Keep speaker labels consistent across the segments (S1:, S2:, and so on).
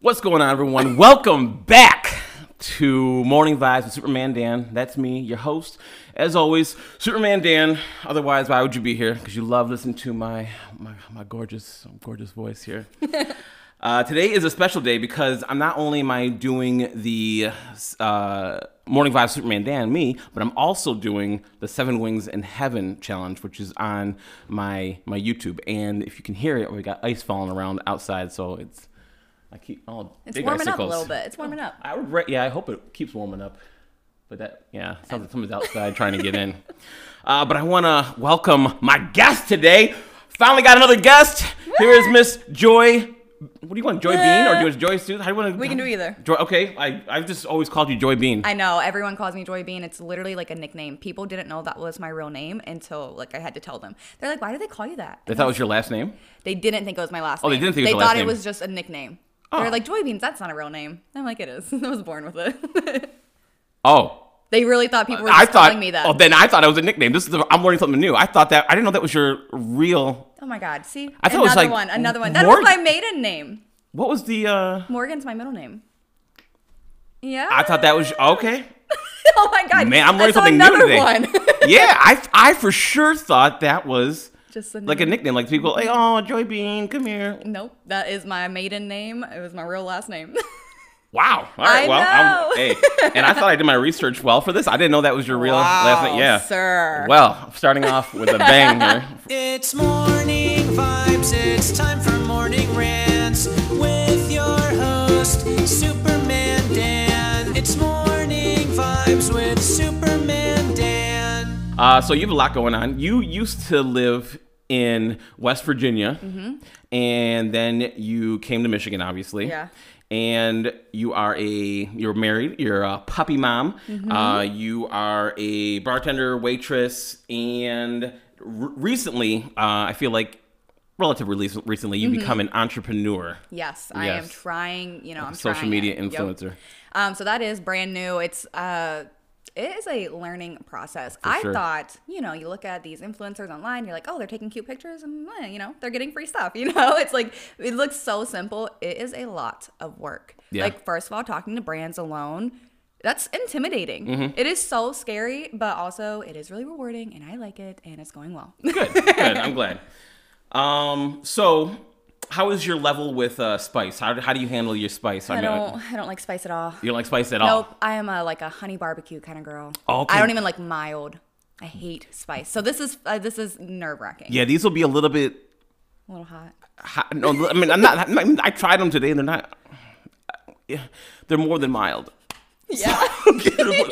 S1: What's going on, everyone? Welcome back to Morning Vibes with Superman Dan. That's me, your host. As always, Superman Dan. Otherwise, why would you be here? Because you love listening to my my, my gorgeous gorgeous voice here. Uh, today is a special day because I'm not only am I doing the uh, Morning Vibe Superman Dan me, but I'm also doing the Seven Wings in Heaven challenge, which is on my my YouTube. And if you can hear it, we got ice falling around outside, so it's I keep all
S2: It's
S1: big
S2: warming up a
S1: icicles.
S2: little bit. It's warming up.
S1: I would, re- yeah, I hope it keeps warming up. But that, yeah, sounds like someone's outside trying to get in. Uh, but I want to welcome my guest today. Finally got another guest. Here is Miss Joy. What do you want, Joy Bean or do you want Joy Sue? How do you want to?
S2: We can do either.
S1: Joy, okay, I I've just always called you Joy Bean.
S2: I know everyone calls me Joy Bean. It's literally like a nickname. People didn't know that was my real name until like I had to tell them. They're like, "Why do they call you that?"
S1: they thought it was your last name.
S2: They didn't think it was my last
S1: Oh,
S2: name.
S1: they didn't think it was your
S2: They
S1: last
S2: thought
S1: name.
S2: it was just a nickname.
S1: Oh.
S2: They're like, "Joy Beans, that's not a real name." I'm like, "It is. I was born with it."
S1: Oh,
S2: they really thought people were just
S1: I thought.
S2: calling me that.
S1: Oh, then I thought it was a nickname. This is. The, I'm learning something new. I thought that. I didn't know that was your real.
S2: oh my god. See?
S1: I thought it
S2: another
S1: was like
S2: one, another one. That
S1: Mor-
S2: was my maiden name.
S1: What was the? uh
S2: Morgan's my middle name. Yeah.
S1: I thought that was okay.
S2: oh my god.
S1: Man, I'm
S2: I
S1: learning
S2: saw
S1: something new
S2: another
S1: today.
S2: One.
S1: yeah, I, I for sure thought that was
S2: just another
S1: like a nickname. Like people, like, oh, Joy Bean, come here.
S2: Nope, that is my maiden name. It was my real last name.
S1: Wow. All right.
S2: I
S1: well,
S2: know.
S1: I'm, hey, and I thought I did my research well for this. I didn't know that was your real last name. Yeah.
S2: sir.
S1: Well, I'm starting off with a bang here.
S3: It's morning vibes. It's time for morning rants with your host, Superman Dan. It's morning vibes with Superman Dan.
S1: Uh, so you have a lot going on. You used to live in West Virginia,
S2: Mm-hmm.
S1: and then you came to Michigan, obviously.
S2: Yeah.
S1: And you are a you're married. You're a puppy mom.
S2: Mm-hmm.
S1: Uh, you are a bartender, waitress, and r- recently, uh, I feel like relatively release- recently,
S2: Mm-hmm.
S1: you become an entrepreneur,
S2: yes, I am
S1: Yes.
S2: trying. You know, I'm
S1: social
S2: trying
S1: media
S2: it. Yep.
S1: influencer.
S2: Um, so that is brand new. It's uh, it is a learning process. I
S1: sure.
S2: thought, you know, you look at these influencers online, you're like, oh, they're taking cute pictures, and eh, you know, they're getting free stuff. You know, it's like it looks so simple. It is a lot of work.
S1: Yeah.
S2: Like first of all, talking to brands alone. That's intimidating.
S1: Mm-hmm.
S2: It is so scary, but also it is really rewarding, and I like it, and it's going well.
S1: Good, good. I'm glad. Um, so, how is your level with uh, spice? How, do- how do you handle your spice?
S2: I
S1: mean, uh,
S2: don't. I don't like spice at all.
S1: You don't like spice at
S2: Nope.
S1: all.
S2: I am a like a honey barbecue kind of girl.
S1: Oh. Okay.
S2: I don't even like mild. I hate spice. So this is uh, this is nerve wracking.
S1: Yeah, these will be a little bit.
S2: A little hot.
S1: hot- No, I mean, I'm not. I, mean, I tried them today, and they're not. Yeah, they're more than mild.
S2: Yeah.
S1: they're, more,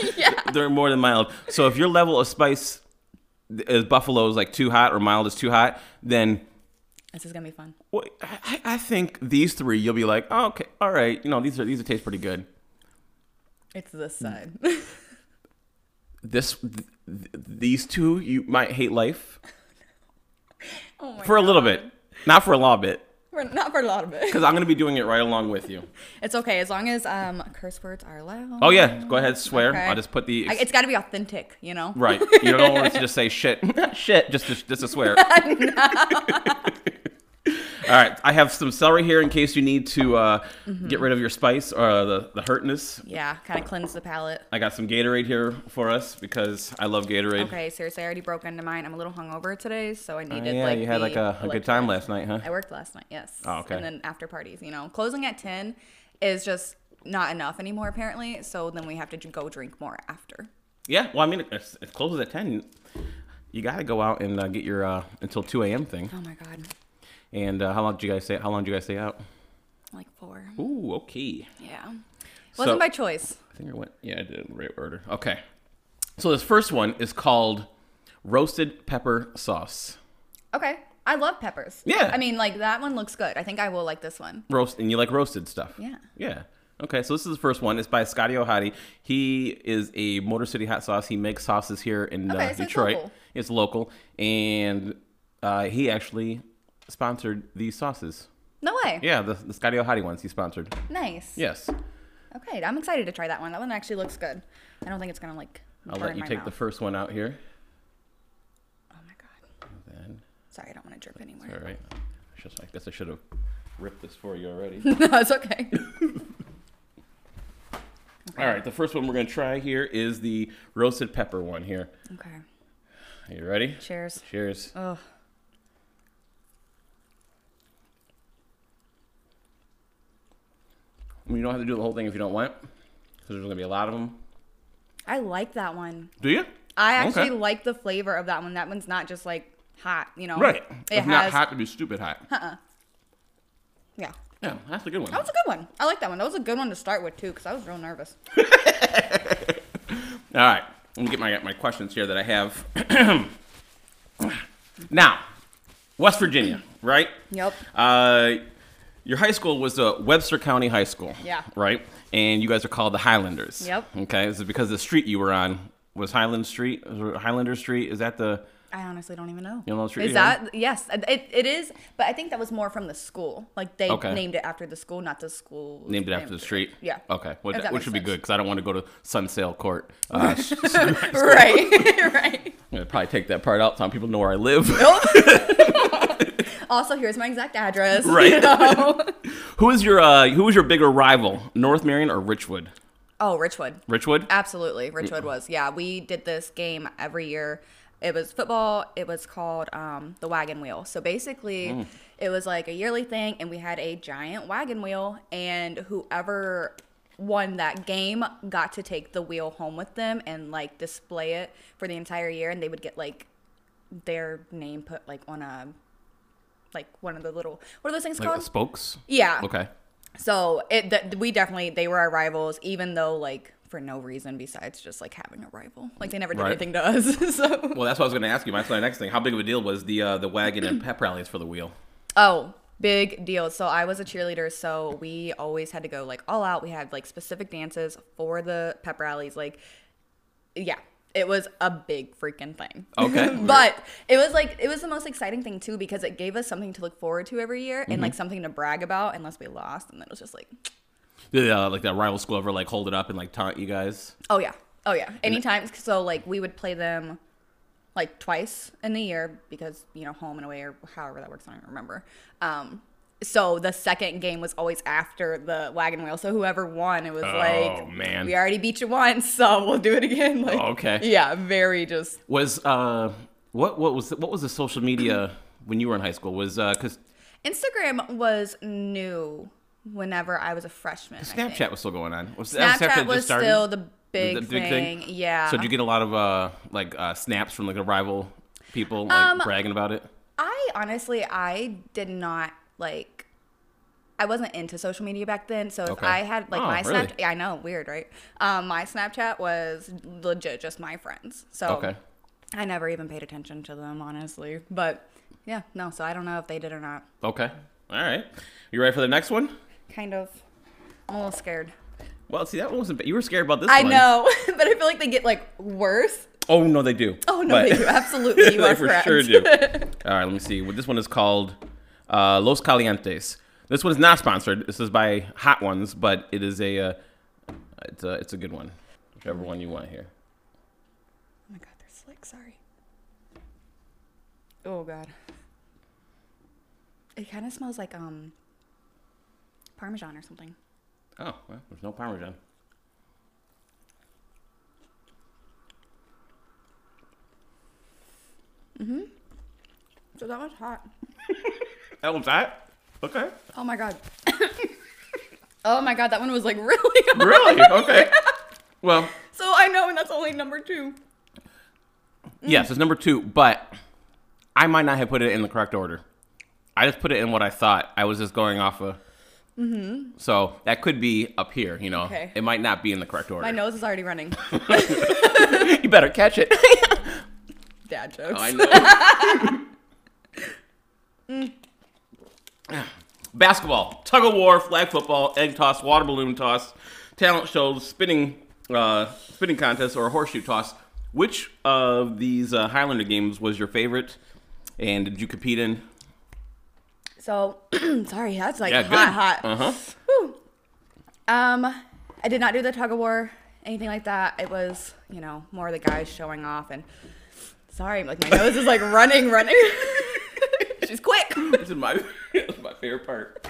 S1: they're more than mild. So if your level of spice is buffalo is like too hot or mild is too hot, then
S2: this is gonna be fun.
S1: well, I, I think these three you'll be like, oh, okay, all right, you know these are these are taste pretty good.
S2: It's
S1: Mm.
S2: this side.
S1: This th- th- these two you might hate life
S2: oh my
S1: for a little bit, not for a lot bit,
S2: For, not for a lot of it.
S1: because I'm gonna be doing it right along with you.
S2: It's okay as long as um curse words are allowed.
S1: Oh yeah, go ahead, swear.
S2: Okay.
S1: I'll just put the
S2: I, it's got to be authentic, you know.
S1: Right. You don't want us to just say shit. shit. Just to, just to swear. All right. I have some celery here in case you need to uh,
S2: Mm-hmm.
S1: get rid of your spice or uh, the, the hurtness.
S2: Yeah, kind of cleanse the palate.
S1: I got some Gatorade here for us because I love Gatorade.
S2: Okay, seriously, I already broke into mine. I'm a little hungover today, so I
S1: Oh,
S2: needed
S1: yeah,
S2: like
S1: you had
S2: the
S1: like a, a good time last night, huh?
S2: I worked last night, yes.
S1: Oh, okay.
S2: And then after parties, you know, closing at 10 is just not enough anymore, apparently. So then we have to j- go drink more after.
S1: Yeah. Well, I mean, it, it closes at 10. You got to go out and uh, get your uh, until 2 a.m. thing.
S2: Oh my God.
S1: And uh, how long did you guys stay? How long did you guys stay out?
S2: Like four.
S1: Ooh, okay.
S2: Yeah. Wasn't by choice.
S1: I think I went. Yeah, I did it in the right order. Okay. So this first one is called roasted pepper sauce.
S2: Okay. I love peppers.
S1: Yeah.
S2: I mean, like that one looks good. I think I will like this one.
S1: Roast, and you like roasted stuff.
S2: Yeah.
S1: Yeah. Okay, so this is the first one. It's by Scotty O'Hadi. He is a Motor City hot sauce. He makes sauces here in
S2: Okay,
S1: uh,
S2: so it's
S1: Detroit.
S2: local.
S1: It's local, and uh, he actually sponsored these sauces.
S2: No way.
S1: Yeah, the, the Scotty O'Hadi ones he sponsored.
S2: Nice.
S1: Yes.
S2: Okay. I'm excited to try that one. That one actually looks good. I don't think it's going to like.
S1: I'll
S2: burn
S1: let you
S2: my
S1: take the
S2: mouth.
S1: first one out here.
S2: Oh my God.
S1: Then,
S2: Sorry, I don't want to drip anymore.
S1: all right. I guess I should have ripped this for you already.
S2: no, it's okay.
S1: All right, the first one we're gonna try here is the roasted pepper one. Here,
S2: Okay.
S1: are you ready?
S2: Cheers.
S1: Cheers.
S2: Oh.
S1: I mean, you don't have to do the whole thing if you don't want, because there's gonna be a lot of Um, them.
S2: I like that one.
S1: Do you?
S2: I actually
S1: Okay.
S2: like the flavor of that one. That one's not just like hot, you know.
S1: Right.
S2: It
S1: if
S2: has
S1: not hot, it'd be stupid hot.
S2: Yeah.
S1: Yeah, that's a good one.
S2: That was a good one. I like that one. That was a good one to start with too, because I was real nervous.
S1: All right, let me get my my questions here that I have. now, West Virginia, right?
S2: Yep.
S1: Uh, your high school was the Webster County High School.
S2: Yeah.
S1: Right, and you guys are called the Highlanders.
S2: Yep.
S1: Okay, this is because the street you were on was Highland Street, or Highlander Street. Is that the?
S2: I honestly don't even know.
S1: You don't know the street
S2: Is
S1: you're on?
S2: that yes? It, it is, but I think that was more from the school. Like they
S1: Okay.
S2: named it after the school, not the school.
S1: Named it after the street.
S2: Yeah.
S1: Okay. Well,
S2: If that
S1: which
S2: makes
S1: would be
S2: sense.
S1: good because I don't want to go to Sunsail Court. Uh, s- I'm
S2: right. right.
S1: gonna probably take that part out so people know where I live.
S2: Also, here's my exact address. Oh, you
S1: Right.
S2: know?
S1: who is your uh, Who is your bigger rival? North Marion or Richwood?
S2: oh, Richwood.
S1: Richwood.
S2: Absolutely, Richwood was. Yeah, we did this game every year. It was football. It was called um, the wagon wheel. So basically, it was like a yearly thing, and we had a giant wagon wheel, and whoever won that game got to take the wheel home with them and like display it for the entire year, and they would get like their name put like on a like one of the little what are those things
S1: Like
S2: called?
S1: spokes.
S2: yeah.
S1: Okay.
S2: So it th- we definitely they were our rivals, even though like for no reason besides just like having a rival. Like they never did
S1: Right.
S2: anything to us. so
S1: Well, that's what I was going to ask you. My my next thing, how big of a deal was the uh, the wagon and pep rallies for the wheel?
S2: oh, big deal. So I was a cheerleader, so we always had to go like all out. We had like specific dances for the pep rallies. Like yeah, it was a big freaking thing.
S1: Okay.
S2: but it was like it was the most exciting thing too because it gave us something to look forward to every year and like something to brag about unless we lost and then it was just like
S1: Did uh, like that rival school ever like hold it up and like taunt you guys?
S2: Oh yeah. Oh yeah. Anytime. So like we would play them like twice in the year because you know home and away or however that works. I don't remember. Um, so the second game was always after the wagon wheel. So whoever won, it was like,
S1: Oh, man. Oh,
S2: we already beat you once, so we'll do it again. Like,
S1: Okay.
S2: Yeah. Very just.
S1: Was uh, what what was what was the social media when you were in high school? Was uh, because
S2: Instagram was new whenever I was a freshman. I think.
S1: Snapchat was still going on. Was that
S2: Snapchat
S1: just
S2: was
S1: started?
S2: still the big,
S1: The big
S2: thing.
S1: thing?
S2: Yeah.
S1: So did you get a lot of uh like uh, snaps from like the rival people like
S2: Um,
S1: bragging about it?
S2: I honestly, I did not like. I wasn't into social media back then, so if
S1: Okay.
S2: I had like
S1: Oh,
S2: my
S1: really?
S2: Snapchat, yeah, I know, weird, right? Um, my Snapchat was legit just my friends, so
S1: Okay.
S2: I never even paid attention to them, honestly. But yeah, no, so I don't know if they did or not.
S1: Okay. All right. You ready for the next one?
S2: Kind of, I'm a little scared.
S1: Well, see that one wasn't. Bad. You were scared about this
S2: I
S1: one.
S2: know, but I feel like they get like worse.
S1: Oh no, they do.
S2: Oh no, they
S1: But-
S2: do absolutely. You
S1: they
S2: are
S1: for
S2: correct.
S1: sure do. All right, let me see. Well, this one is called uh, Los Calientes. This one is not sponsored. This is by Hot Ones, but it is a uh, it's a it's a good one. Whichever one you want here.
S2: Oh my god, they're slick. Sorry. Oh god. It kind of smells like um parmesan or something.
S1: Oh, well, there's no parmesan.
S2: So that one's hot.
S1: That was that. Okay.
S2: Oh my god. oh my god, that one was like really hot.
S1: Really? Okay. Well,
S2: So I know, and that's only number two.
S1: yes, it's number two, but I might not have put it in the correct order. I just put it in what I thought. I was just going off of. Mm-hmm. So that could be up here. You know,
S2: Okay.
S1: it might not be in the correct order.
S2: My nose is already running.
S1: You better catch it.
S2: Dad jokes.
S1: I know. Mm. Basketball, tug of war, flag football, egg toss, water balloon toss, talent shows, spinning, uh, spinning contest, or horseshoe toss. Which of these uh, Highlander games was your favorite, and did you compete in?
S2: So sorry, that's like
S1: Yeah,
S2: hot,
S1: good.
S2: hot.
S1: Uh-huh.
S2: Whew. Um, I did not do the tug of war, anything like that. It was, you know, more the guys showing off and sorry, like my nose is like running, running. She's quick.
S1: This is my, this is my favorite part.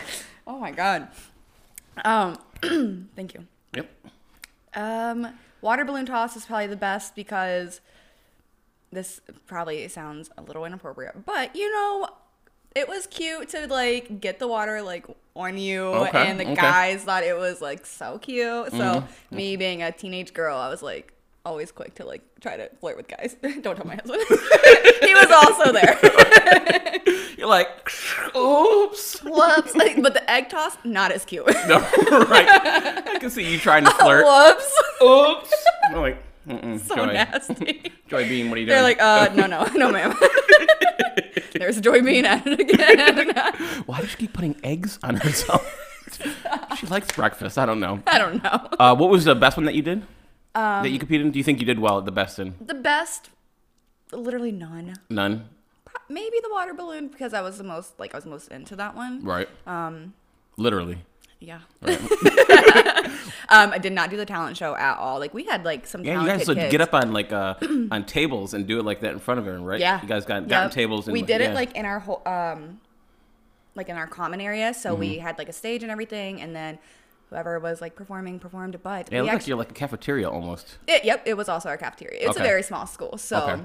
S2: Oh my god. Um, thank you.
S1: Yep.
S2: Um, water balloon toss is probably the best because this probably sounds a little inappropriate, but you know, it was cute to like get the water like on you,
S1: Okay,
S2: and the
S1: okay. Mm-hmm.
S2: guys thought it was like so cute. So me being a teenage girl, I was like always quick to like try to flirt with guys. Don't tell my husband. he was also there.
S1: You're like, oops.
S2: Whoops! Like, but the egg toss not as cute.
S1: No, right. I can see you trying to flirt.
S2: Whoops!
S1: oops. I'm like, mm-mm,
S2: So
S1: Joy.
S2: nasty.
S1: Joy Bean, what are you
S2: They're
S1: doing?
S2: like, uh, no, no, no, ma'am. There's Joy Bean at it again.
S1: Why does she keep putting eggs on herself? she likes breakfast. I don't know.
S2: I don't know.
S1: Uh, what was the best one that you did? that
S2: Um,
S1: you competed in? Do you think you did well at the best in?
S2: The best, literally none.
S1: None.
S2: Maybe the water balloon because I was the most like I was most into that one.
S1: Right. Um. Literally.
S2: Yeah. um, I did not do the talent show at all. Like we had like some
S1: Yeah, you
S2: talented
S1: guys would
S2: kids.
S1: get up on like uh on tables and do it like that in front of everyone, right?
S2: Yeah.
S1: You guys got
S2: Yep.
S1: got on tables and
S2: we did
S1: yeah.
S2: it like in our whole um like in our common area. So we
S1: Mm-hmm.
S2: had like a stage and everything and then whoever was like performing performed but
S1: Yeah, it
S2: we
S1: looked like
S2: actually
S1: you're like a cafeteria almost.
S2: it, yep, it was also our cafeteria. It's
S1: Okay.
S2: a very small school. So
S1: Okay.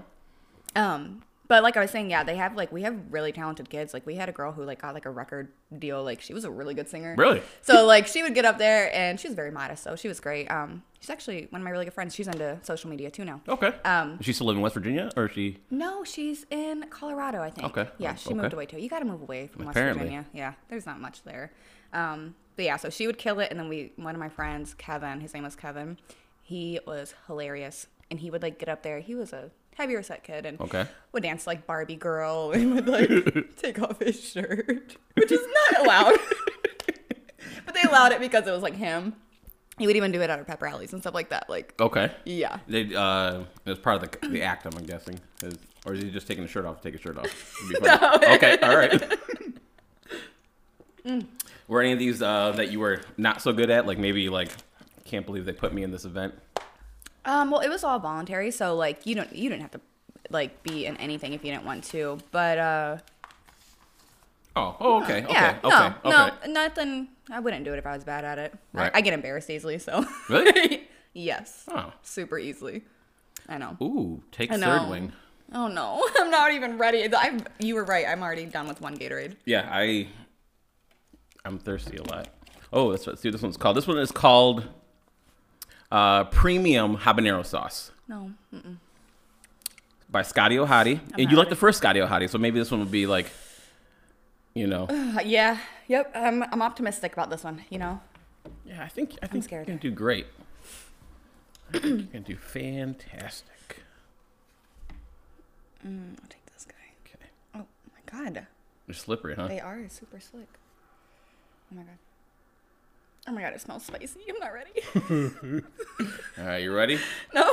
S2: um but like I was saying, yeah, they have like we have really talented kids. Like we had a girl who like got like a record deal. Like she was a really good singer.
S1: Really?
S2: So like she would get up there and she was very modest, so she was great. Um she's actually one of my really good friends. She's into social media too now.
S1: Okay.
S2: Um,
S1: Is she still living in West Virginia or is she?
S2: No, she's in Colorado, I think.
S1: Okay.
S2: Yeah,
S1: Oh,
S2: she moved
S1: okay.
S2: away too. You got to move away from West
S1: Apparently.
S2: Virginia. Yeah, there's not much there. Um, but yeah, so she would kill it, and then we, one of my friends, Kevin, his name was Kevin, he was hilarious, and he would like get up there. He was a heavier set kid, and
S1: Okay.
S2: would dance like Barbie girl, and would like take off his shirt, which is not allowed. but they allowed it because it was like him. He would even do it at our pep rallies and stuff like that. Like,
S1: Okay.
S2: yeah.
S1: They uh, it was part of the, the act. I'm guessing, is, or is he just taking the shirt off? to Take his shirt off. It'd be funny. Okay. All right. Were any of these uh, that you were not so good at? Like maybe like can't believe they put me in this event.
S2: Um, well, it was all voluntary, so like you don't you didn't have to like be in anything if you didn't want to. But uh,
S1: Oh. Oh. Okay. Okay.
S2: yeah,
S1: okay. okay.
S2: no, no, nothing. I wouldn't do it if I was bad at it. I-
S1: Right.
S2: I, get embarrassed easily, so
S1: Really?
S2: yes,
S1: Oh.
S2: super easily. I know.
S1: Ooh. Take
S2: I know.
S1: third wing.
S2: Oh no, I'm not even ready. I you were right. I'm already done with one Gatorade.
S1: Yeah. I. I'm thirsty a lot. Oh, that's what. See, this one's called. This one is called uh, premium habanero sauce.
S2: No,
S1: by Scotty O'Hadi. And you like the first Scotty O'Hadi, so maybe this one would be like, you know.
S2: Uh, yeah, yep. I'm I'm optimistic about this one. You know,
S1: yeah, I think I think you're
S2: scared.
S1: gonna do great. I think you're gonna do fantastic.
S2: I'll take this guy.
S1: Okay,
S2: Oh my god,
S1: they're slippery, huh?
S2: they are super slick. Oh my god. Oh my god, it smells spicy. I'm not ready.
S1: All right, you ready?
S2: No.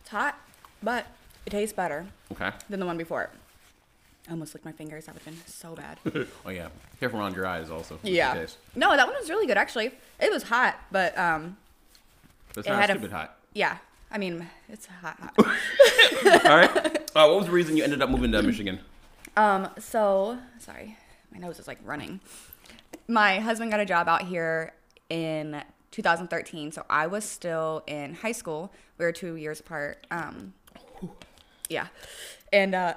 S2: It's hot, but it tastes better
S1: Okay.
S2: than the one before it. I almost licked my fingers. That would have been so bad.
S1: Oh yeah, careful around your eyes also. just in
S2: yeah.
S1: case.
S2: No, that one was really good actually. It was hot, but um,
S1: That's
S2: It
S1: not
S2: had a-
S1: stupid hot.
S2: yeah. I mean, it's hot. hot.
S1: All right. Uh, what was the reason you ended up moving to Michigan?
S2: Um, so sorry, my nose is like running. My husband got a job out here in 2013, so I was still in high school. We were two years apart. Um, yeah, and uh,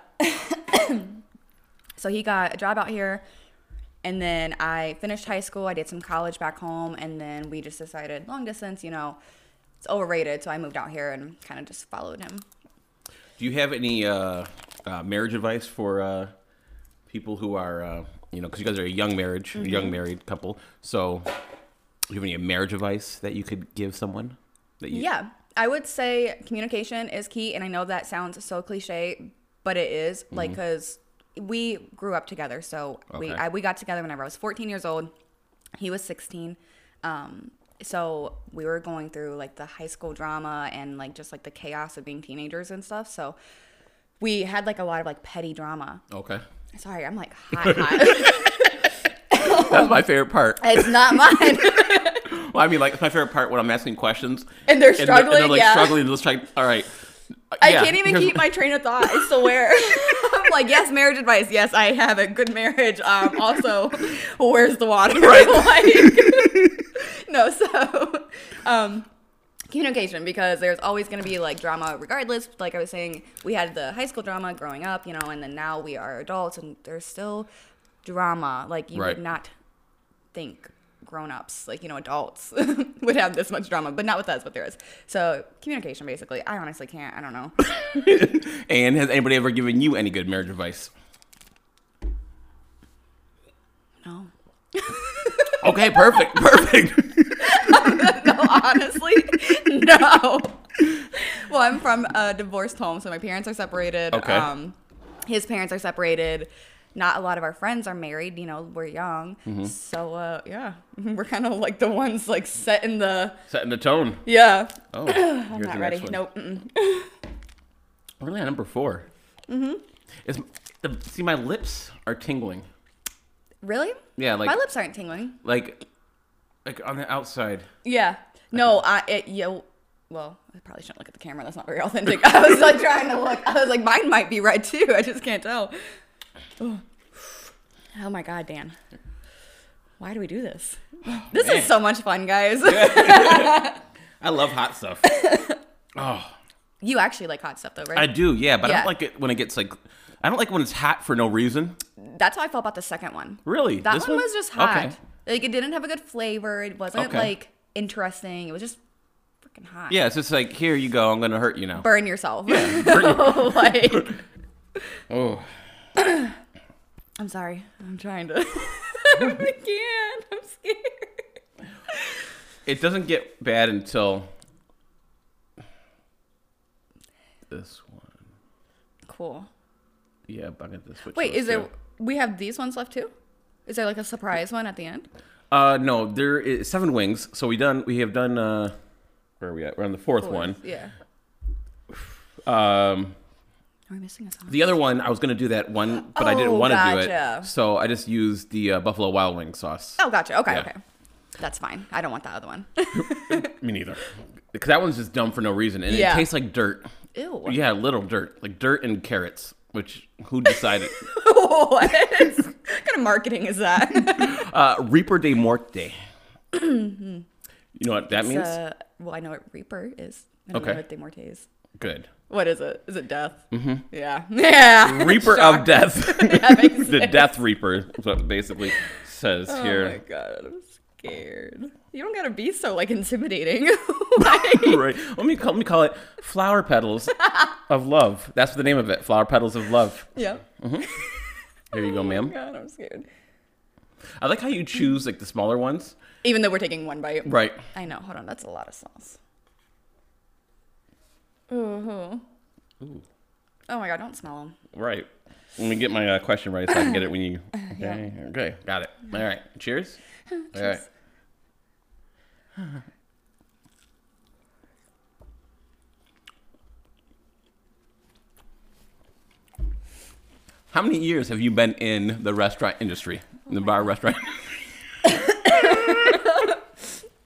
S2: so he got a job out here, and then I finished high school. I did some college back home, and then we just decided long distance, you know, it's overrated. So I moved out here and kind of just followed him.
S1: Do you have any uh, uh, marriage advice for uh, people who are, uh, you know, because you guys are a young marriage, a
S2: Mm-hmm.
S1: young married couple. So, do you have any marriage advice that you could give someone? That you,
S2: Yeah, I would say communication is key, and I know that sounds so cliche, but it is, like because we grew up together. So we
S1: Okay.
S2: I, we got together whenever I was 14 years old. He was 16. Um, so we were going through like the high school drama and like just like the chaos of being teenagers and stuff. So we had like a lot of like petty drama.
S1: Okay.
S2: Sorry, I'm like hot, hot.
S1: That's my favorite part.
S2: it's not mine.
S1: Well, I mean, like, it's my favorite part when I'm asking questions.
S2: And they're
S1: And they're,
S2: struggling,
S1: like
S2: yeah.
S1: struggling. Just like, all right,
S2: I
S1: yeah,
S2: can't even
S1: here's-
S2: keep my train of thought. It's so where I'm like, yes, marriage advice. Yes, I have a good marriage. Um, also, where's the water? like, no, so um, communication because there's always going to be like drama regardless. Like I was saying, we had the high school drama growing up, you know, and then now we are adults and there's still drama. Like you
S1: Right.
S2: would not think grown-ups like you know adults would have this much drama but not with us but there is so communication basically i honestly can't i don't know
S1: And has anybody ever given you any good marriage advice?
S2: no
S1: Okay, perfect, perfect.
S2: honestly no well i'm from a divorced home so my parents are separated Um,
S1: Okay.
S2: his parents are separated not a lot of our friends are married you know we're young
S1: Mm-hmm.
S2: so uh, yeah we're kind of like the ones like setting the
S1: Setting the tone.
S2: yeah
S1: Oh,
S2: i'm
S1: here's
S2: not
S1: the
S2: ready
S1: next one.
S2: nope mm-mm.
S1: We're only at number four. Mm-hmm. It's, the, see, my lips are tingling.
S2: really
S1: Yeah, like
S2: my lips aren't tingling
S1: like like on the outside.
S2: yeah no i it yeah well, I probably shouldn't look at the camera. That's not very authentic. I was like trying to look. I was like, mine might be red too. I just can't tell. Oh, oh my god, Dan. Why do we do this? This
S1: Man.
S2: is so much fun, guys.
S1: I love hot stuff. oh,
S2: You actually like hot stuff though,
S1: I
S2: right?
S1: do. Yeah, but I
S2: Yeah.
S1: don't like it when it gets like. I don't like when it's hot for no reason.
S2: That's how I felt about the second one.
S1: Really?
S2: That
S1: This
S2: one,
S1: one?
S2: was just hot.
S1: Okay.
S2: Like it didn't have a good flavor. It wasn't
S1: Okay.
S2: like interesting. It was just freaking hot.
S1: Yeah, it's just like here you go. I'm gonna hurt you now.
S2: Burn yourself. like
S1: Oh,
S2: I'm sorry. I'm trying to I can't. I'm scared.
S1: it doesn't get bad until this one.
S2: Cool.
S1: Yeah, but I'm gonna have to switch.
S2: Wait,
S1: those
S2: is there
S1: two.
S2: we have these ones left too? Is there like a surprise one at the end?
S1: Uh, no, there is seven wings. So we done. We have done. Uh, where are we at? We're on the fourth, one.
S2: Yeah.
S1: Um,
S2: Are we missing a song?
S1: the other one I was gonna do that one, but I didn't
S2: Oh,
S1: want to do
S2: gotcha.
S1: it. So I just used the uh, Buffalo Wild Wing sauce.
S2: oh gotcha. Okay,
S1: Yeah.
S2: okay. That's fine. I don't want that other one.
S1: Me neither. Because that one's just dumb for no reason, and
S2: Yeah.
S1: it tastes like dirt.
S2: Ew.
S1: Yeah, literal dirt, like dirt and carrots. Which who decided?
S2: what kind of marketing is that?
S1: uh, Reaper de Morte. you know what that means?
S2: Mm-hmm. Uh, well, I know what Reaper is. I don't
S1: Okay.
S2: know what De Morte is.
S1: Good.
S2: What is it? Is it death? Mm-hmm. Yeah. Yeah.
S1: Reaper of death.
S2: That makes sense.
S1: the Death Reaper is what it basically says
S2: Oh my
S1: here.
S2: god, I'm scared. You don't gotta be so like intimidating. Like-
S1: Right. Let me call, let me call it Flower Petals of Love. That's the name of it. Flower Petals of Love.
S2: yeah.
S1: Mm-hmm. There you go,
S2: Oh my
S1: ma'am.
S2: god, I'm scared.
S1: I like how you choose like the smaller ones.
S2: Even though we're taking one bite.
S1: Right.
S2: I know. Hold on, that's a lot of sauce. Ooh.
S1: Ooh.
S2: Oh my god, don't smell them.
S1: Right. Let me get my uh, question right so I can get it when you. Okay. Okay. Got it. All right. Cheers. All right. How many years have you been in the restaurant industry, in the bar restaurant?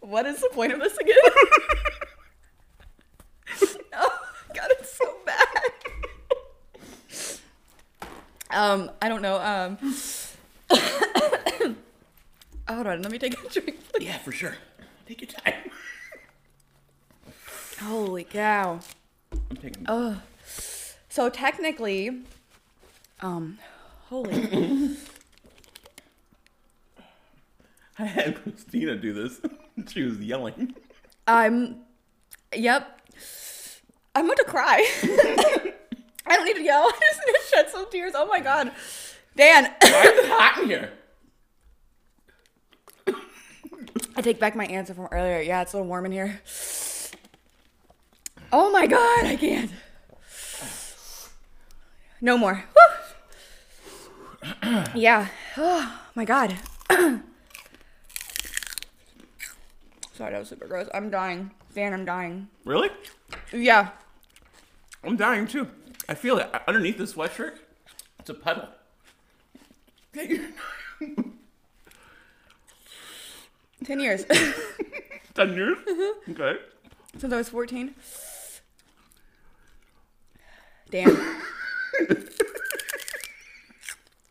S2: What is the point of this again? oh my god, it's so bad. um, I don't know. Um, hold on, let me take a drink.
S1: yeah, for sure. Take your time.
S2: Holy cow!
S1: I'm taking.
S2: So technically, um, holy,
S1: I had Christina do this. she was yelling.
S2: I'm, yep, I'm about to cry. I don't need to yell. I just need to shed some tears. Oh my god, Dan.
S1: Why is it hot in here?
S2: I take back my answer from earlier. Yeah, it's so warm in here. Oh my god, I can't. No more. Whew. yeah. Oh my god. Sorry, that was super gross. I'm dying. Dan, I'm dying.
S1: Really?
S2: Yeah.
S1: I'm dying too. I feel it I- underneath this sweatshirt. It's a puddle. Take your-
S2: 10 years
S1: Mm-hmm. Ten years. Okay.
S2: since I was 14. Damn.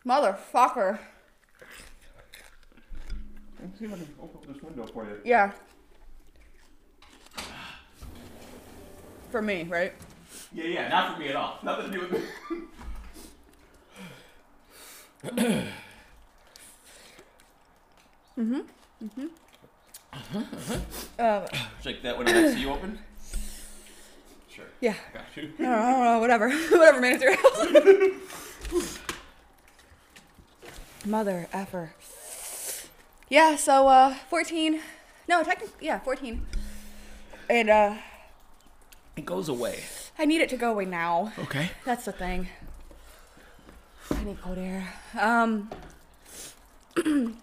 S2: Motherfucker.
S1: Let's see if I can open up this window for you.
S2: Yeah. For me, right?
S1: Yeah, yeah, not for me at all. Nothing to do with me.
S2: Um,
S1: Shake that window next to you open. Sure.
S2: yeah.
S1: Got you.
S2: I don't know, I don't know, whatever. whatever made it through. Mother effer. Yeah, so uh 14. No, technically yeah, 14. And uh
S1: It goes away.
S2: I need it to go away now.
S1: Okay.
S2: That's the thing. I need cold air. Um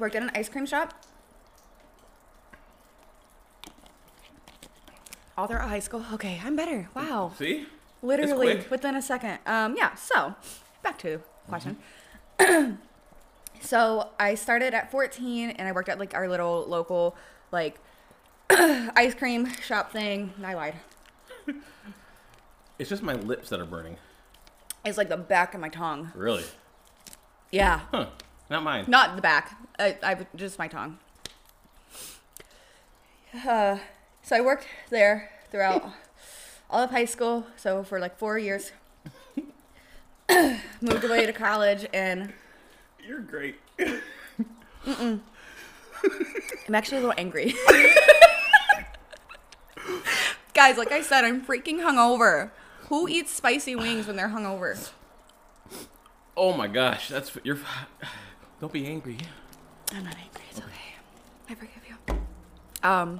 S2: worked at an ice cream shop. All throughout high school. Okay, I'm better. Wow.
S1: See?
S2: Literally
S1: quick.
S2: within a second. Um, yeah, so back to the question. so I started at 14 and I worked at like our little local like ice cream shop thing. I lied.
S1: It's just my lips that are burning.
S2: It's like the back of my tongue.
S1: Really?
S2: Yeah.
S1: Huh. Not mine.
S2: Not the back. I, I've just my tongue. Uh, so I worked there throughout all of high school. So for like four years, moved away to college, and
S1: You're great.
S2: I'm actually a little angry. Guys, like I said, I'm freaking hungover. Who eats spicy wings when they're hungover?
S1: Oh my gosh, that's you're. Don't be angry.
S2: I'm not angry. It's okay. I forgive you. Um,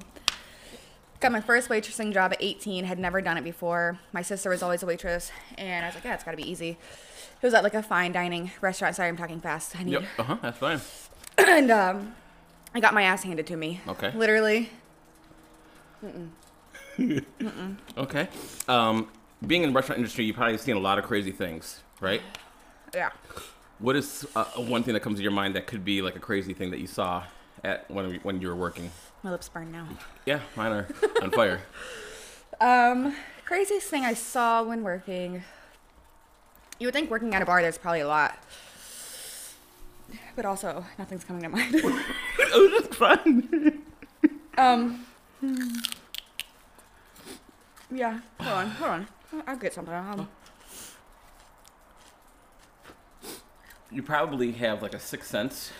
S2: got my first waitressing job at 18. Had never done it before. My sister was always a waitress, and I was like, yeah, it's got to be easy. It was at like a fine dining restaurant. Sorry, I'm talking fast. I need.
S1: Yep. Uh huh. That's fine.
S2: and um, I got my ass handed to me.
S1: Okay.
S2: Literally.
S1: Okay. Um, being in the restaurant industry, you've probably seen a lot of crazy things, right?
S2: Yeah.
S1: What is uh, one thing that comes to your mind that could be like a crazy thing that you saw at when when you were working?
S2: My lips burn now.
S1: Yeah, mine are on fire.
S2: Um, craziest thing I saw when working. You would think working at a bar there's probably a lot, but also nothing's coming to mind.
S1: it was just fun.
S2: Um. Yeah. Hold on. Hold on. I- I'll get something. Um,
S1: you probably have like a sixth sense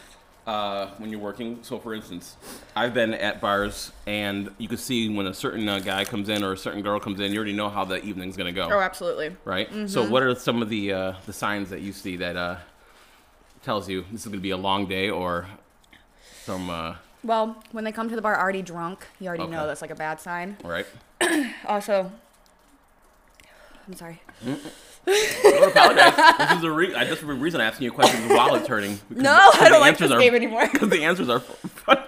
S1: uh, when you're working. So, for instance, I've been at bars and you can see when a certain uh, guy comes in or a certain girl comes in, you already know how the evening's gonna go,
S2: oh, absolutely.
S1: right? So, what are some of the uh, the signs that you see that uh, tells you this is gonna be a long day or some uh,
S2: Well, when they come to the bar already drunk, you already know
S1: Okay.
S2: that's like a bad sign.
S1: right?
S2: Also, I'm sorry.
S1: Don't apologize. this is the re- I, this is the reason I'm asking you questions while it's hurting. because-
S2: No,
S1: because
S2: I
S1: the
S2: don't like
S1: answers
S2: this
S1: are-
S2: game anymore.
S1: Because the answers are funnier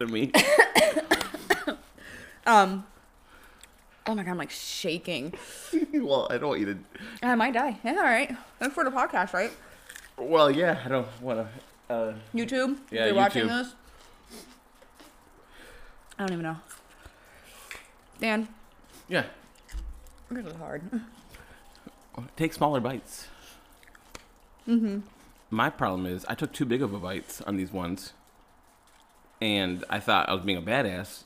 S1: to me.
S2: Um. Oh my god, I'm like shaking.
S1: well, I don't want you to.
S2: I might die. Yeah, all right. That's for the podcast, right?
S1: Well, yeah, I don't want to. Uh,
S2: YouTube. if
S1: Yeah,
S2: You're watching
S1: YouTube.
S2: this. I don't even know. Dan,
S1: yeah,
S2: this is hard.
S1: take smaller bites. Mm-hmm. My problem is I took too big of a bites on these ones, and I thought I was being a badass.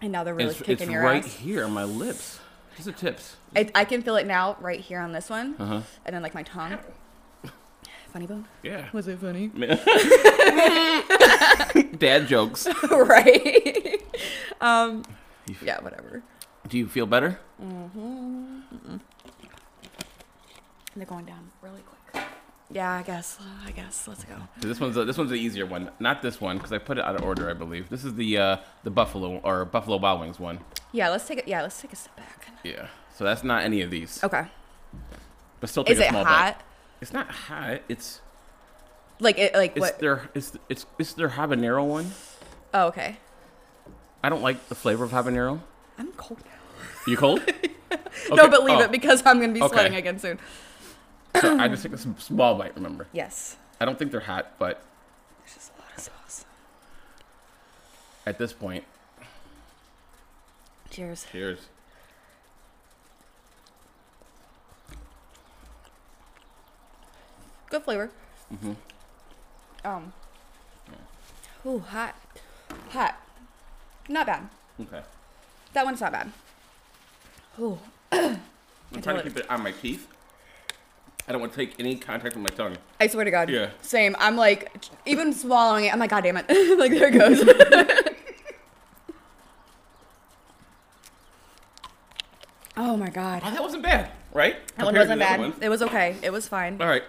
S2: And now they're really
S1: it's
S2: kicking
S1: it's
S2: your
S1: right
S2: ass.
S1: here on my lips. These are tips.
S2: I, I can feel it now, right here on this one,
S1: Uh huh.
S2: and then like my tongue. Funny bone.
S1: Yeah.
S2: Was it funny?
S1: Dad jokes.
S2: right. um. Yeah. Whatever.
S1: Do you feel better?
S2: They're going down really quick. Yeah, I guess. I guess. Let's go.
S1: So This one's a, this one's the easier one. Not this one because I put it out of order, I believe. This is the uh, the buffalo or buffalo Wild Wings one.
S2: Yeah. Let's take it. Yeah. Let's take a step back.
S1: Yeah. So that's not any of these.
S2: Okay.
S1: But still, take
S2: Is
S1: a
S2: it
S1: small
S2: hot?
S1: bite. It's not hot. It's
S2: Like it. Like
S1: it's
S2: what?
S1: their it's it's it's their habanero one.
S2: oh, okay.
S1: I don't like the flavor of habanero.
S2: I'm cold now.
S1: You cold?
S2: No,
S1: Okay.
S2: but leave
S1: Oh,
S2: it because I'm gonna be
S1: Okay.
S2: sweating again soon.
S1: so I just take a s- small bite. Remember,
S2: Yes.
S1: I don't think they're hot, but
S2: There's just a lot of sauce.
S1: at this point,
S2: Cheers.
S1: cheers.
S2: Good flavor. Um. Ooh, hot, hot. Not bad.
S1: Okay.
S2: That one's not bad. Ooh.
S1: I'm trying to
S2: totally-
S1: keep it on my teeth. I don't want to take any contact with my tongue.
S2: I swear to God.
S1: Yeah.
S2: Same. I'm like, even swallowing it, I'm like, God damn it. like, there it goes. oh my God.
S1: Oh, that wasn't bad, right?
S2: That
S1: Compared
S2: one
S1: to
S2: wasn't
S1: the other
S2: bad.
S1: ones.
S2: It was okay. It was fine.
S1: All right.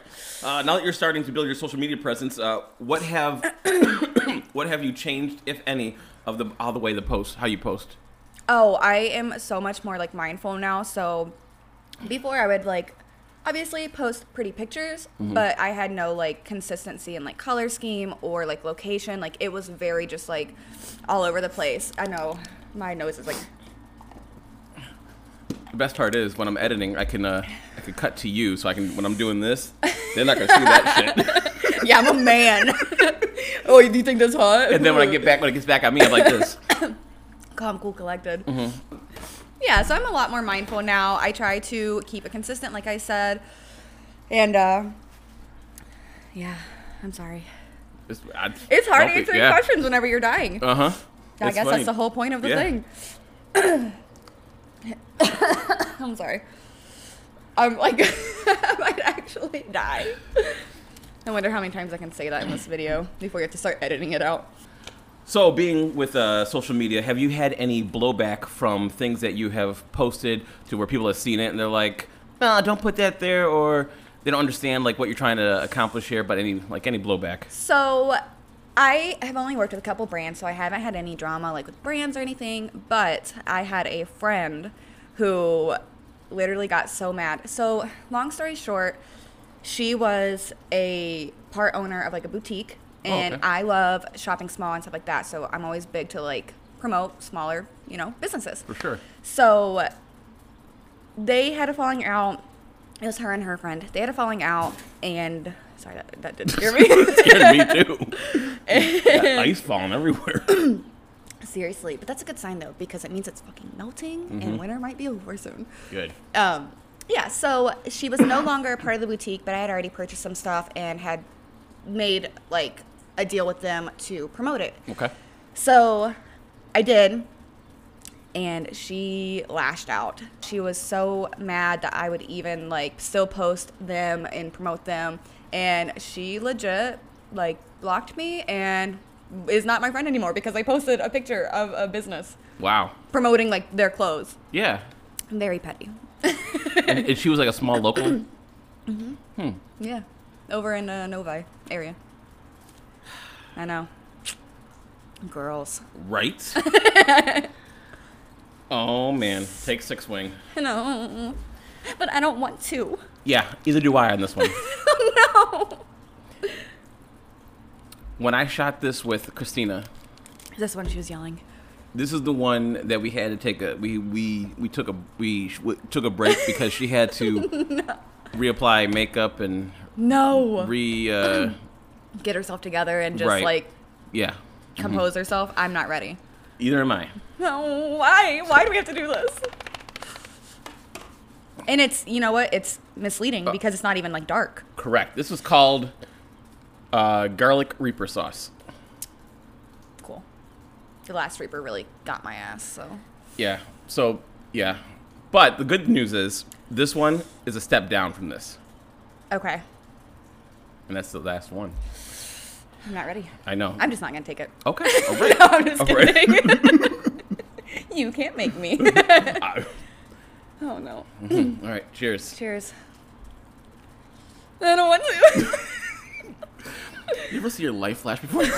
S1: Uh, now that you're starting to build your social media presence, uh, what have what have you changed, if any, of the all the way the post, how you post?
S2: Oh, I am so much more like mindful now. So before I would like obviously post pretty pictures, but I had no like consistency in like color scheme or like location. Like it was very just like all over the place. I know my nose is like
S1: The best part is when I'm editing, I can uh, I can cut to you, so I can when I'm doing this, they're not gonna see that shit.
S2: yeah, I'm a man. oh, do you think that's hot?
S1: And then when I get back, when it gets back at me, I'm like this.
S2: calm, cool, collected. Yeah, so I'm a lot more mindful now. I try to keep it consistent, like I said, and uh, yeah, I'm sorry.
S1: It's, I-
S2: It's hard
S1: don't
S2: to
S1: be-
S2: answer
S1: yeah.
S2: questions whenever you're dying.
S1: Uh huh.
S2: I guess that's the whole point of the
S1: Yeah.
S2: thing. I'm sorry. I'm like, I might actually die. I wonder how many times I can say that in this video before you have to start editing it out.
S1: So, being with uh, social media, have you had any blowback from things that you have posted to where people have seen it and they're like, "Ah, don't put that there," or they don't understand like what you're trying to accomplish here? But any like any blowback?
S2: So I have only worked with a couple brands, so I haven't had any drama like with brands or anything, but I had a friend who literally got so mad. So, long story short, she was a part owner of like a boutique and
S1: Oh, okay.
S2: I love shopping small and stuff like that. So, I'm always big to like promote smaller, you know, businesses.
S1: For sure.
S2: So they had a falling out. It was her and her friend. They had a falling out, and sorry, that, that did scare me.
S1: Scared me too. Got ice falling everywhere.
S2: Seriously, but that's a good sign though because it means it's fucking melting, and winter might be over soon.
S1: Good.
S2: Um, yeah, so she was no longer a part of the boutique, but I had already purchased some stuff and had made like a deal with them to promote it.
S1: Okay.
S2: So I did. And she lashed out. She was so mad that I would even like still post them and promote them. And she legit like blocked me and is not my friend anymore because I posted a picture of a business
S1: Wow.
S2: promoting like their clothes.
S1: Yeah.
S2: Very petty.
S1: And, and she was like a small local.
S2: Yeah. Over in uh, Novi area. I know. Girls.
S1: Right? oh man, take six wing.
S2: No. But I don't want to.
S1: Yeah, either do I on this one.
S2: no.
S1: when I shot this with Christina,
S2: This one she was yelling.
S1: this is the one that we had to take a we we we took a we sh- w- took a break because she had to reapply makeup and
S2: No.
S1: re uh,
S2: Get herself together and just
S1: Right. Mm-hmm.
S2: like
S1: yeah.
S2: compose herself. I'm not ready.
S1: Either am I.
S2: No, why? Why do we have to do this? And it's you know what? It's
S1: Uh.
S2: misleading because it's not even like dark.
S1: Correct. This was called uh, garlic reaper sauce.
S2: Cool. The last reaper really got my ass, so
S1: Yeah. So yeah, but the good news is this one is a step down from this,
S2: Okay.
S1: and that's the last one.
S2: I'm not ready.
S1: I know.
S2: I'm just not gonna take it.
S1: okay. All right.
S2: No, I'm just
S1: Uh, All right.
S2: kidding. you can't make me.
S1: I-
S2: oh no.
S1: Uh, all right. Cheers.
S2: Cheers. I don't want to.
S1: You ever see your life flash before? you?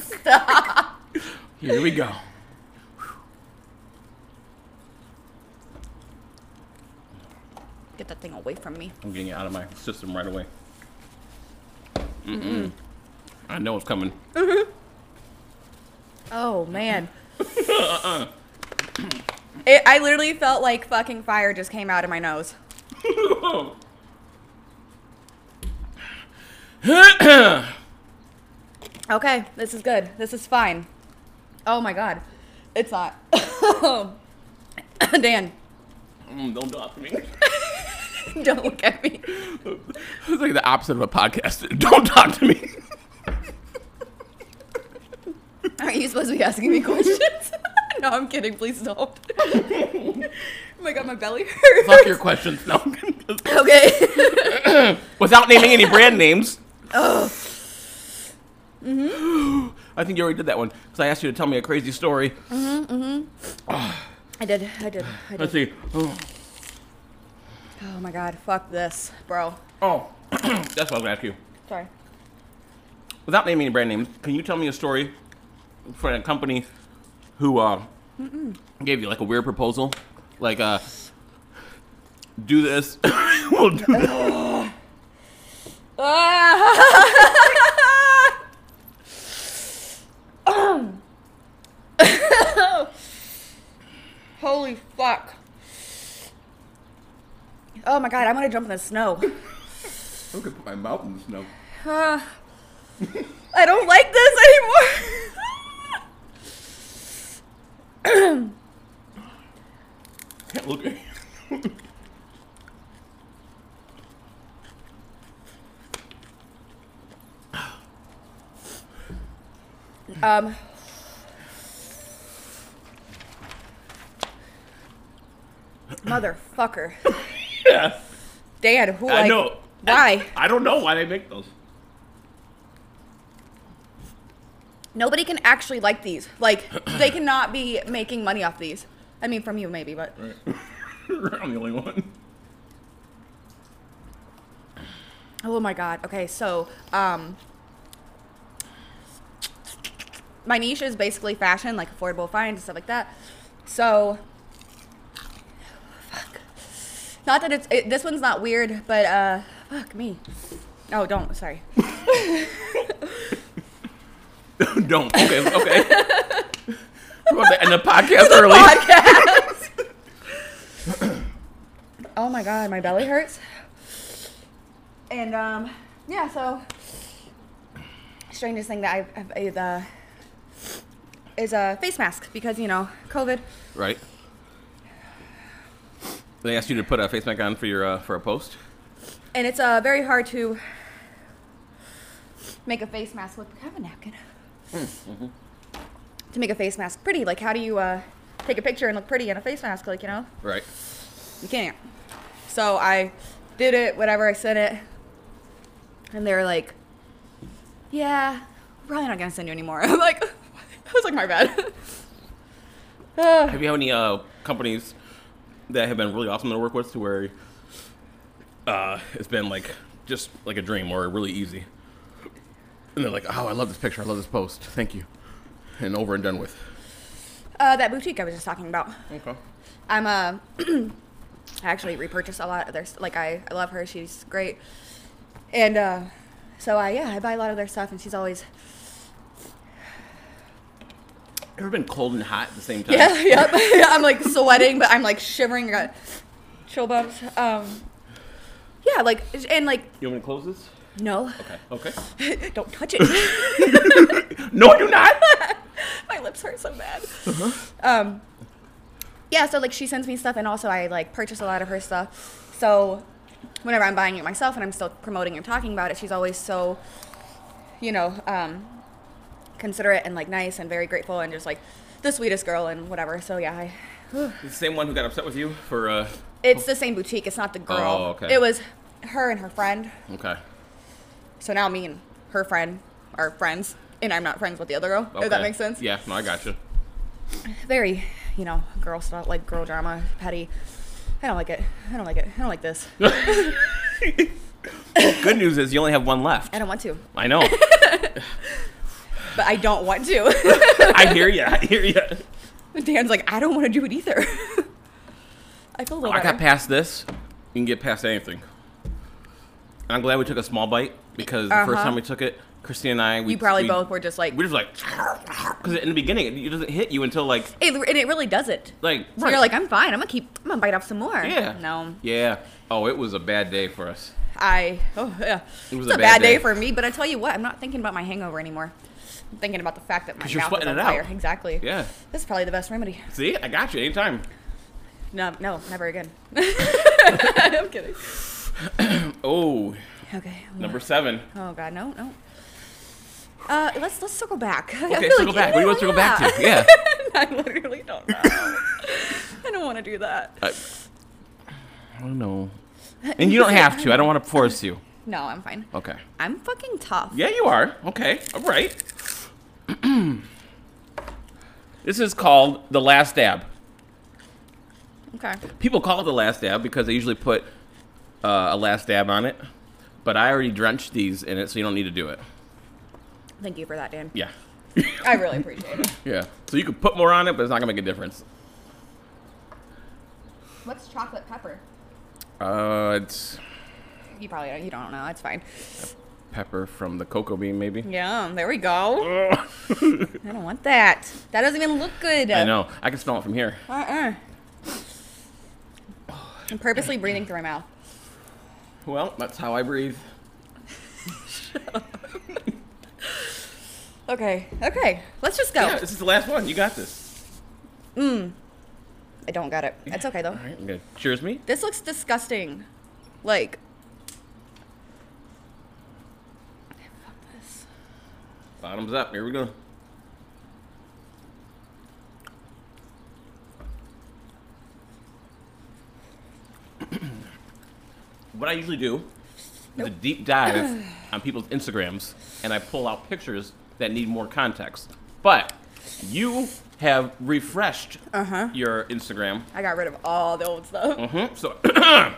S2: Stop.
S1: Here we go.
S2: Get that thing away from me.
S1: I'm getting it out of my system right away. Mm-mm. I know it's coming.
S2: Oh man. it, I literally felt like fucking fire just came out of my nose.
S1: Mm,
S2: Okay, this is good. This is fine. Oh my god. It's not. Dan.
S1: Mm, don't talk to me.
S2: Don't look at me.
S1: It's like the opposite of a podcast. Don't talk to me.
S2: Aren't you supposed to be asking me questions? no, I'm kidding. Please stop. oh my god, my belly hurts.
S1: Fuck your questions. No.
S2: Okay.
S1: Without naming any brand names. I think you already did that one because I asked you to tell me a crazy story.
S2: I did. I did. I
S1: Let's
S2: did.
S1: see. Oh,
S2: Oh my god. Fuck this, bro.
S1: oh. that's what I was gonna ask you.
S2: Sorry.
S1: Without naming any brand names, can you tell me a story for a company who uh, gave you like a weird proposal, like uh, do this, we'll do that.
S2: Ah! Holy fuck. Oh my god, I'm gonna jump in the snow.
S1: I'm gonna put my mouth in the snow.
S2: Ah. I don't like this anymore.
S1: Can't look at
S2: Um. Motherfucker.
S1: yeah.
S2: Dan, who
S1: I
S2: like-
S1: know.
S2: Why?
S1: I don't know why they make those.
S2: Nobody can actually like these. Like, they cannot be making money off these. I mean, from you maybe, but
S1: I'm the only one.
S2: oh my god. Okay, so um, my niche is basically fashion, like affordable finds and stuff like that. So, fuck. Not that it's it, this one's not weird, but uh, fuck me. Oh, don't. Sorry.
S1: don't. Okay. Okay. We're about to end the podcast early.
S2: podcast. oh my god, my belly hurts. And um, yeah, so strangest thing that I've, I've is, uh, is a face mask because you know COVID.
S1: Right. They asked you to put a face mask on for your uh, for a post.
S2: And it's uh, very hard to make a face mask look. I have a napkin. To make a face mask pretty, like how do you uh, take a picture and look pretty in a face mask? Like you know,
S1: Right.
S2: you can't. So I did it. Whatever I sent it, and they were like, "Yeah, we're probably not gonna send you anymore." I'm like, "I was like, my bad." Uh,
S1: Have you have any uh, companies that have been really awesome to work with to where uh, it's been like just like a dream or really easy? And they're like, oh, I love this picture. I love this post. Thank you. And over and done with.
S2: uh, that boutique I was just talking about.
S1: Okay.
S2: I'm uh, I actually repurchased a lot of their s- like I, I love her. She's great, and uh, so I yeah I buy a lot of their stuff, and she's always
S1: Ever been cold and hot at the same time?
S2: yeah yep. I'm like sweating, but I'm like shivering. I got chill bumps. Um, yeah, like and like
S1: You want me to close this?
S2: no,
S1: Okay. Okay.
S2: don't touch it.
S1: No, I do not.
S2: My lips hurt so bad.
S1: Uh-huh.
S2: Um, yeah, so like she sends me stuff, and also I like purchase a lot of her stuff. So whenever I'm buying it myself and I'm still promoting and talking about it, she's always so, you know, um, considerate and like nice and very grateful and just like the sweetest girl and whatever. So yeah, I,
S1: the same one who got upset with you for uh.
S2: it's the same boutique. It's not the girl.
S1: Oh, okay.
S2: It was her and her friend.
S1: Okay.
S2: So now me and her friend are friends, and I'm not friends with the other girl. If Oh, that
S1: okay.
S2: makes sense.
S1: Yeah. No, I gotcha.
S2: very, you know, girl stuff, like girl drama, petty. I don't like it. I don't like it. I don't like this.
S1: Good news is you only have one left.
S2: I don't want to,
S1: I know.
S2: but I don't want to.
S1: I hear you. I hear you.
S2: Dan's like, I don't want to do it either. I feel a little
S1: I got
S2: better.
S1: past this. You can get past anything. And I'm glad we took a small bite because the first
S2: Uh-huh.
S1: time we took it, Christine and I, we
S2: You probably
S1: we-
S2: both were just like,
S1: We just like because in the beginning it doesn't hit you until like
S2: it, and it really doesn't.
S1: like
S2: So you're like, I'm fine. I'm gonna keep. I'm gonna bite off some more.
S1: yeah
S2: No,
S1: yeah oh it was a bad day for us
S2: I. Oh yeah.
S1: It was
S2: it's
S1: a
S2: a
S1: bad
S2: bad,
S1: day.
S2: day. for me, but I tell you what, I'm not thinking about my hangover anymore. I'm thinking about the fact that my
S1: 'Cause
S2: mouth
S1: you're
S2: is
S1: sweating
S2: on
S1: it out.
S2: fire. Exactly.
S1: yeah
S2: This is probably the best remedy.
S1: see I got you anytime
S2: No, no, never again. I'm kidding.
S1: Oh,
S2: Okay. I'm
S1: number seven.
S2: gonna- Oh god, no, no. Uh, let's let's circle back. I
S1: Okay,
S2: feel
S1: circle
S2: like-
S1: back. What do you want to circle back to? Yeah.
S2: I literally don't know. I don't want to do that.
S1: I, I don't know. And you don't have to. I don't want to force you.
S2: No, I'm fine.
S1: Okay.
S2: I'm fucking tough.
S1: Yeah, you are. Okay. All right. this is called the last dab.
S2: Okay.
S1: People call it the last dab because they usually put uh, a last dab on it, but I already drenched these in it, so you don't need to do it.
S2: Thank you for that, Dan.
S1: Yeah.
S2: I really appreciate it.
S1: Yeah. So you could put more on it, but it's not gonna make a difference.
S2: What's chocolate pepper?
S1: Uh, it's
S2: You probably don't, you don't know. That's fine.
S1: pepper from the cocoa bean, maybe.
S2: Yeah, there we go.
S1: Ugh.
S2: I don't want that. That doesn't even look good.
S1: I know. I can smell it from here.
S2: Uh-uh. I'm purposely breathing through my mouth.
S1: Well, that's how I breathe.
S2: Okay. Okay. Let's just go.
S1: Yeah, this is the last one. You got this.
S2: I don't got it. It's okay though.
S1: All right. I'm gonna cheers me.
S2: This looks disgusting. Like. Fuck this.
S1: Bottoms up. Here we go. what I usually do is a deep dive on people's Instagrams and I pull out pictures that need more context. But you have refreshed
S2: Uh-huh.
S1: your Instagram,
S2: I got rid of all the old stuff.
S1: Mhm, so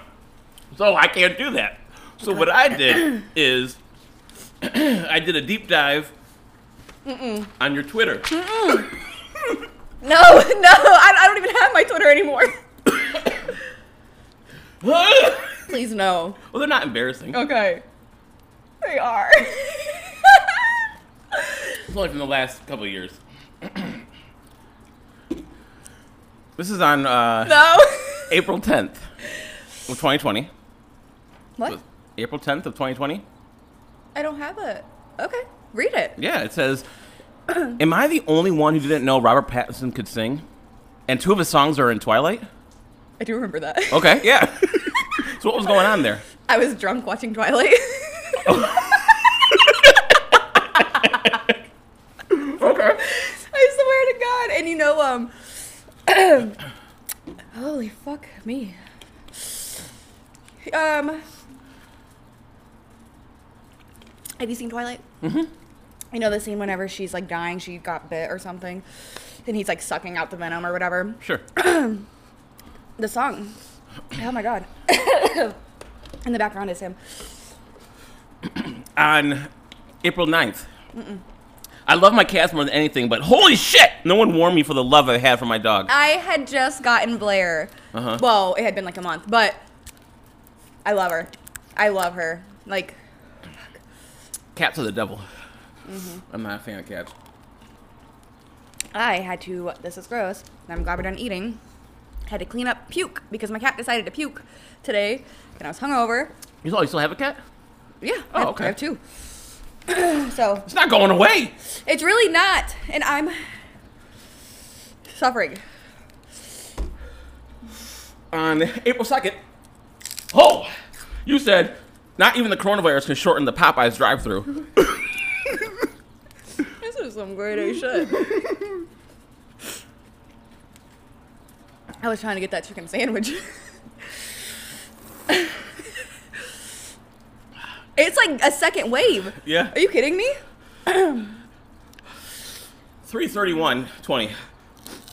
S1: so I can't do that. So what I did is I did a deep dive on your Twitter.
S2: No, no, I, I don't even have my Twitter anymore.
S1: well,
S2: Please no.
S1: they're not embarrassing.
S2: Okay. They are.
S1: It's only from the last couple of years. this is on uh,
S2: no.
S1: April 10th of 2020.
S2: What?
S1: April 10th of 2020.
S2: I don't have it. Okay. Read it.
S1: Yeah, it says, "Am I the only one who didn't know Robert Pattinson could sing?" And two of his songs are in Twilight.
S2: I do remember that.
S1: Okay, yeah. so what was going on there?
S2: I was drunk watching Twilight.
S1: Okay.
S2: I swear to God. And you know, um, holy fuck me. Um, have you seen Twilight? Mm-hmm. You know the scene whenever she's like dying, she got bit or something, and he's like sucking out the venom or whatever.
S1: Sure.
S2: The song. Oh my God. In the background is him.
S1: on April 9th. I love my cats more than anything, but holy shit! No one warned me for the love I had for my dog.
S2: I had just gotten Blair.
S1: Uh-huh.
S2: Well, it had been like a month, but I love her. I love her. Like,
S1: Cats are the devil. I'm not a fan of cats.
S2: I had to, this is gross, and I'm glad we're done eating. Had to clean up puke because my cat decided to puke today, and I was hungover.
S1: You still, you still have a cat?
S2: Yeah.
S1: Oh,
S2: I have,
S1: okay.
S2: I have two. so
S1: It's not going away.
S2: it's really not, and I'm suffering.
S1: On April 2nd, oh, you said not even the coronavirus can shorten the Popeyes drive through.
S2: This is some great A shit. I was trying to get that chicken sandwich. it's like a second wave.
S1: Yeah.
S2: Are you kidding me?
S1: 331 20.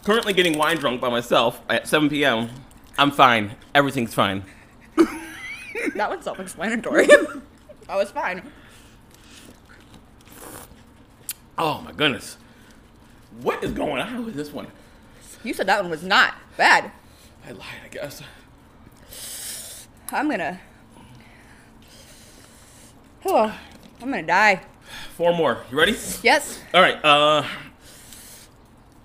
S1: Currently getting wine drunk by myself at 7 p.m. I'm fine. Everything's fine.
S2: That one's self-explanatory. I was fine.
S1: Oh my goodness. What is going on with this one?
S2: You said that one was not bad.
S1: I lied, I guess.
S2: I'm gonna. Oh, I'm gonna die.
S1: Four more. You ready?
S2: Yes.
S1: All right. Uh,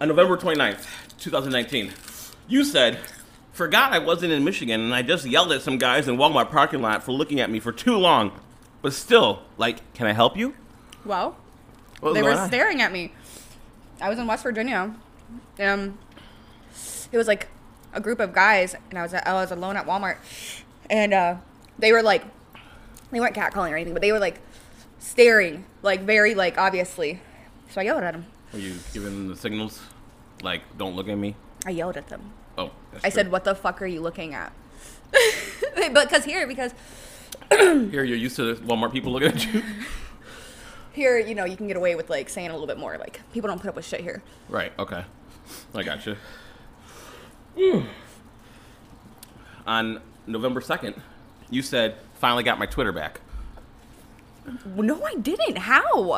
S1: on November 29th, 2019, you said, Forgot I wasn't in Michigan and I just yelled at some guys in Walmart parking lot for looking at me for too long. But still, like, can I help you?
S2: Well,
S1: What was
S2: they
S1: going
S2: were
S1: on?
S2: staring at me. I was in West Virginia, and it was like a group of guys, and I was I was alone at Walmart, and uh, they were like, they weren't catcalling or anything, but they were like staring, like very like obviously. So I yelled at them.
S1: Were you giving them the signals? Like, don't look at me?
S2: I yelled at them.
S1: Oh, that's
S2: I
S1: true.
S2: said, "What the fuck are you looking at?" because here, because
S1: Here, you're used to Walmart people looking at you.
S2: here, you know, you can get away with like saying a little bit more. Like people don't put up with shit here.
S1: right, okay. I gotcha.
S2: Hmm.
S1: On November 2nd, you said, finally got my Twitter back.
S2: No, I didn't. How?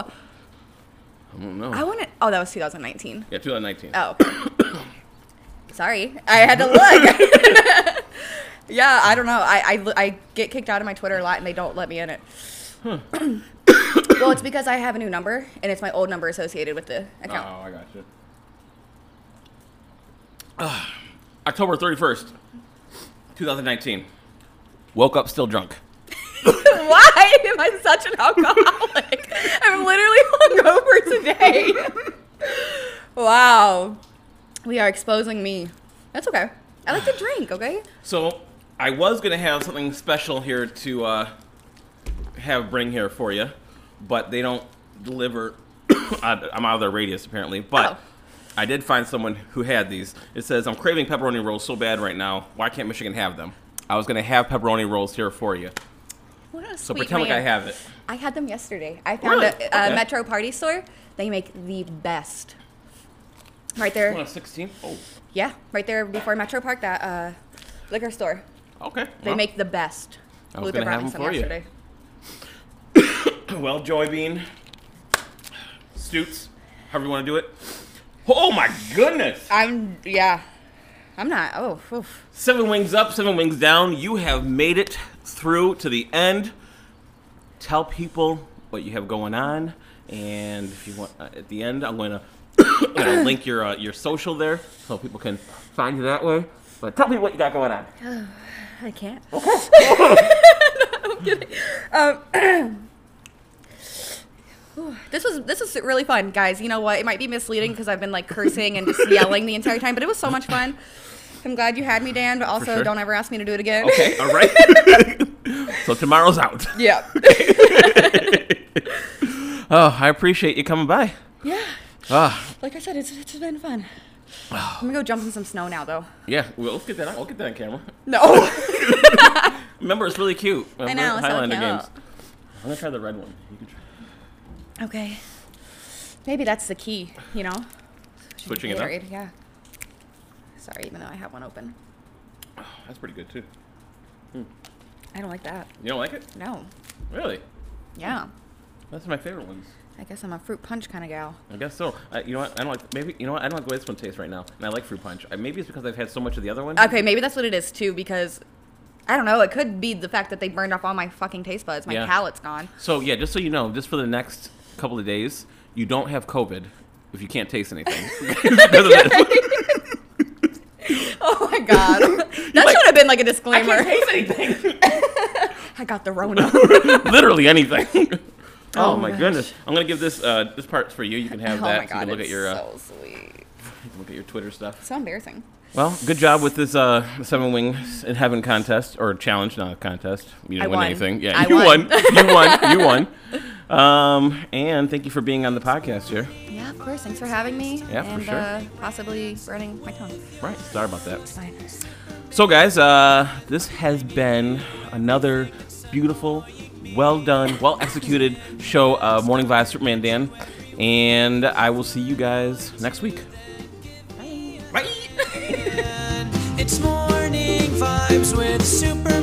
S1: I don't know.
S2: I want to. Oh, that was 2019.
S1: yeah, 2019.
S2: Oh. Sorry. I had to look. yeah, I don't know. I, I, l- I get kicked out of my Twitter a lot and they don't let me in it. well, it's because I have a new number and it's my old number associated with the account.
S1: Oh, I got you. October 31st, 2019. Woke up still drunk.
S2: Why am I such an alcoholic? I'm literally hungover today. wow. We are exposing me. That's okay. I like to drink, okay?
S1: So, I was going to have something special here to uh, have bring here for you, but they don't deliver. I- I'm out of their radius, apparently. But
S2: Oh.
S1: I did find someone who had these. It says, I'm craving pepperoni rolls so bad right now. Why can't Michigan have them? I was going to have pepperoni rolls here for you.
S2: What a
S1: So,
S2: sweet
S1: pretend like
S2: man.
S1: I have it.
S2: I had them yesterday. I found
S1: Really?
S2: a, a
S1: Okay.
S2: Metro Party store. They make the best. Right
S1: What,
S2: there.
S1: 16? Oh,
S2: Yeah, right there before Metro Park, that uh, liquor store.
S1: okay.
S2: They
S1: Well.
S2: make the best.
S1: I was gonna
S2: Luther brought
S1: have
S2: me
S1: them
S2: some
S1: for you.
S2: yesterday.
S1: Well, Joy Bean, Stoots, however you want to do it. Oh my goodness!
S2: I'm, yeah. I'm not, oh, oof.
S1: Seven wings up, seven wings down. You have made it through to the end. Tell people what you have going on, and if you want, uh, at the end, I'm going to link your uh, your social there so people can find you that way. But tell me what you got going on.
S2: I can't. No, I'm kidding. Um, ooh, this was this was really fun, guys. You know what? It might be misleading because I've been like cursing and just yelling the entire time, but it was so much fun. I'm glad you had me, Dan. But also,
S1: sure.
S2: don't ever ask me to do it again.
S1: Okay, all right. so tomorrow's out.
S2: yeah.
S1: Oh, I appreciate you coming by.
S2: yeah.
S1: Ah,
S2: Like I said, it's it's been fun. I'm gonna go jump in some snow now, though.
S1: yeah. Well, let's get that. out. I'll get that on camera.
S2: No.
S1: Remember, it's really cute.
S2: I know. it's so
S1: Highlander
S2: cute.
S1: games. I'm gonna try the red one. You can try
S2: Okay. Maybe that's the key. You know.
S1: switching it up.
S2: Gatorade, Yeah. Sorry, even though I have one open.
S1: Oh, That's pretty good too.
S2: I don't like that.
S1: You don't like it?
S2: No.
S1: Really?
S2: Yeah.
S1: That's my favorite ones.
S2: I guess I'm a fruit punch kind of gal.
S1: I guess so. I, you know what? I don't like. Maybe you know what? I don't like the way this one tastes right now. And I like fruit punch. I, maybe it's because I've had so much of the other one.
S2: Okay, maybe that's what it is too, because I don't know. It could be the fact that they burned off all my fucking taste buds. My
S1: Yeah.
S2: palate's gone.
S1: So yeah, just so you know, just for the next couple of days, you don't have COVID if you can't taste anything. Because of this.
S2: Oh my god. that should have been like a disclaimer. I can't taste anything. I got the Rona.
S1: Literally anything. Oh,
S2: Oh my
S1: my
S2: gosh.
S1: goodness! I'm gonna give this. Uh, this part's for you. You can have
S2: oh
S1: that.
S2: my
S1: so you
S2: god.
S1: can look
S2: it's
S1: at your uh,
S2: so sweet.
S1: you can look at your Twitter stuff.
S2: So embarrassing.
S1: Well, good job with this uh, seven wings in heaven contest or challenge, not a contest. You didn't
S2: I
S1: win
S2: won.
S1: anything. Yeah,
S2: I
S1: you
S2: won.
S1: you won. You won. Um, and thank you for being on the podcast here.
S2: Yeah, of course. Thanks for having me.
S1: Yeah, for
S2: and
S1: sure.
S2: uh, possibly burning my tongue.
S1: Right. Sorry about that.
S2: Fine.
S1: So, guys, uh, this has been another beautiful, well done, well executed show of Morning Vibes Superman Dan. And I will see you guys next week.
S2: Bye.
S1: Bye.
S3: It's morning vibes with Superman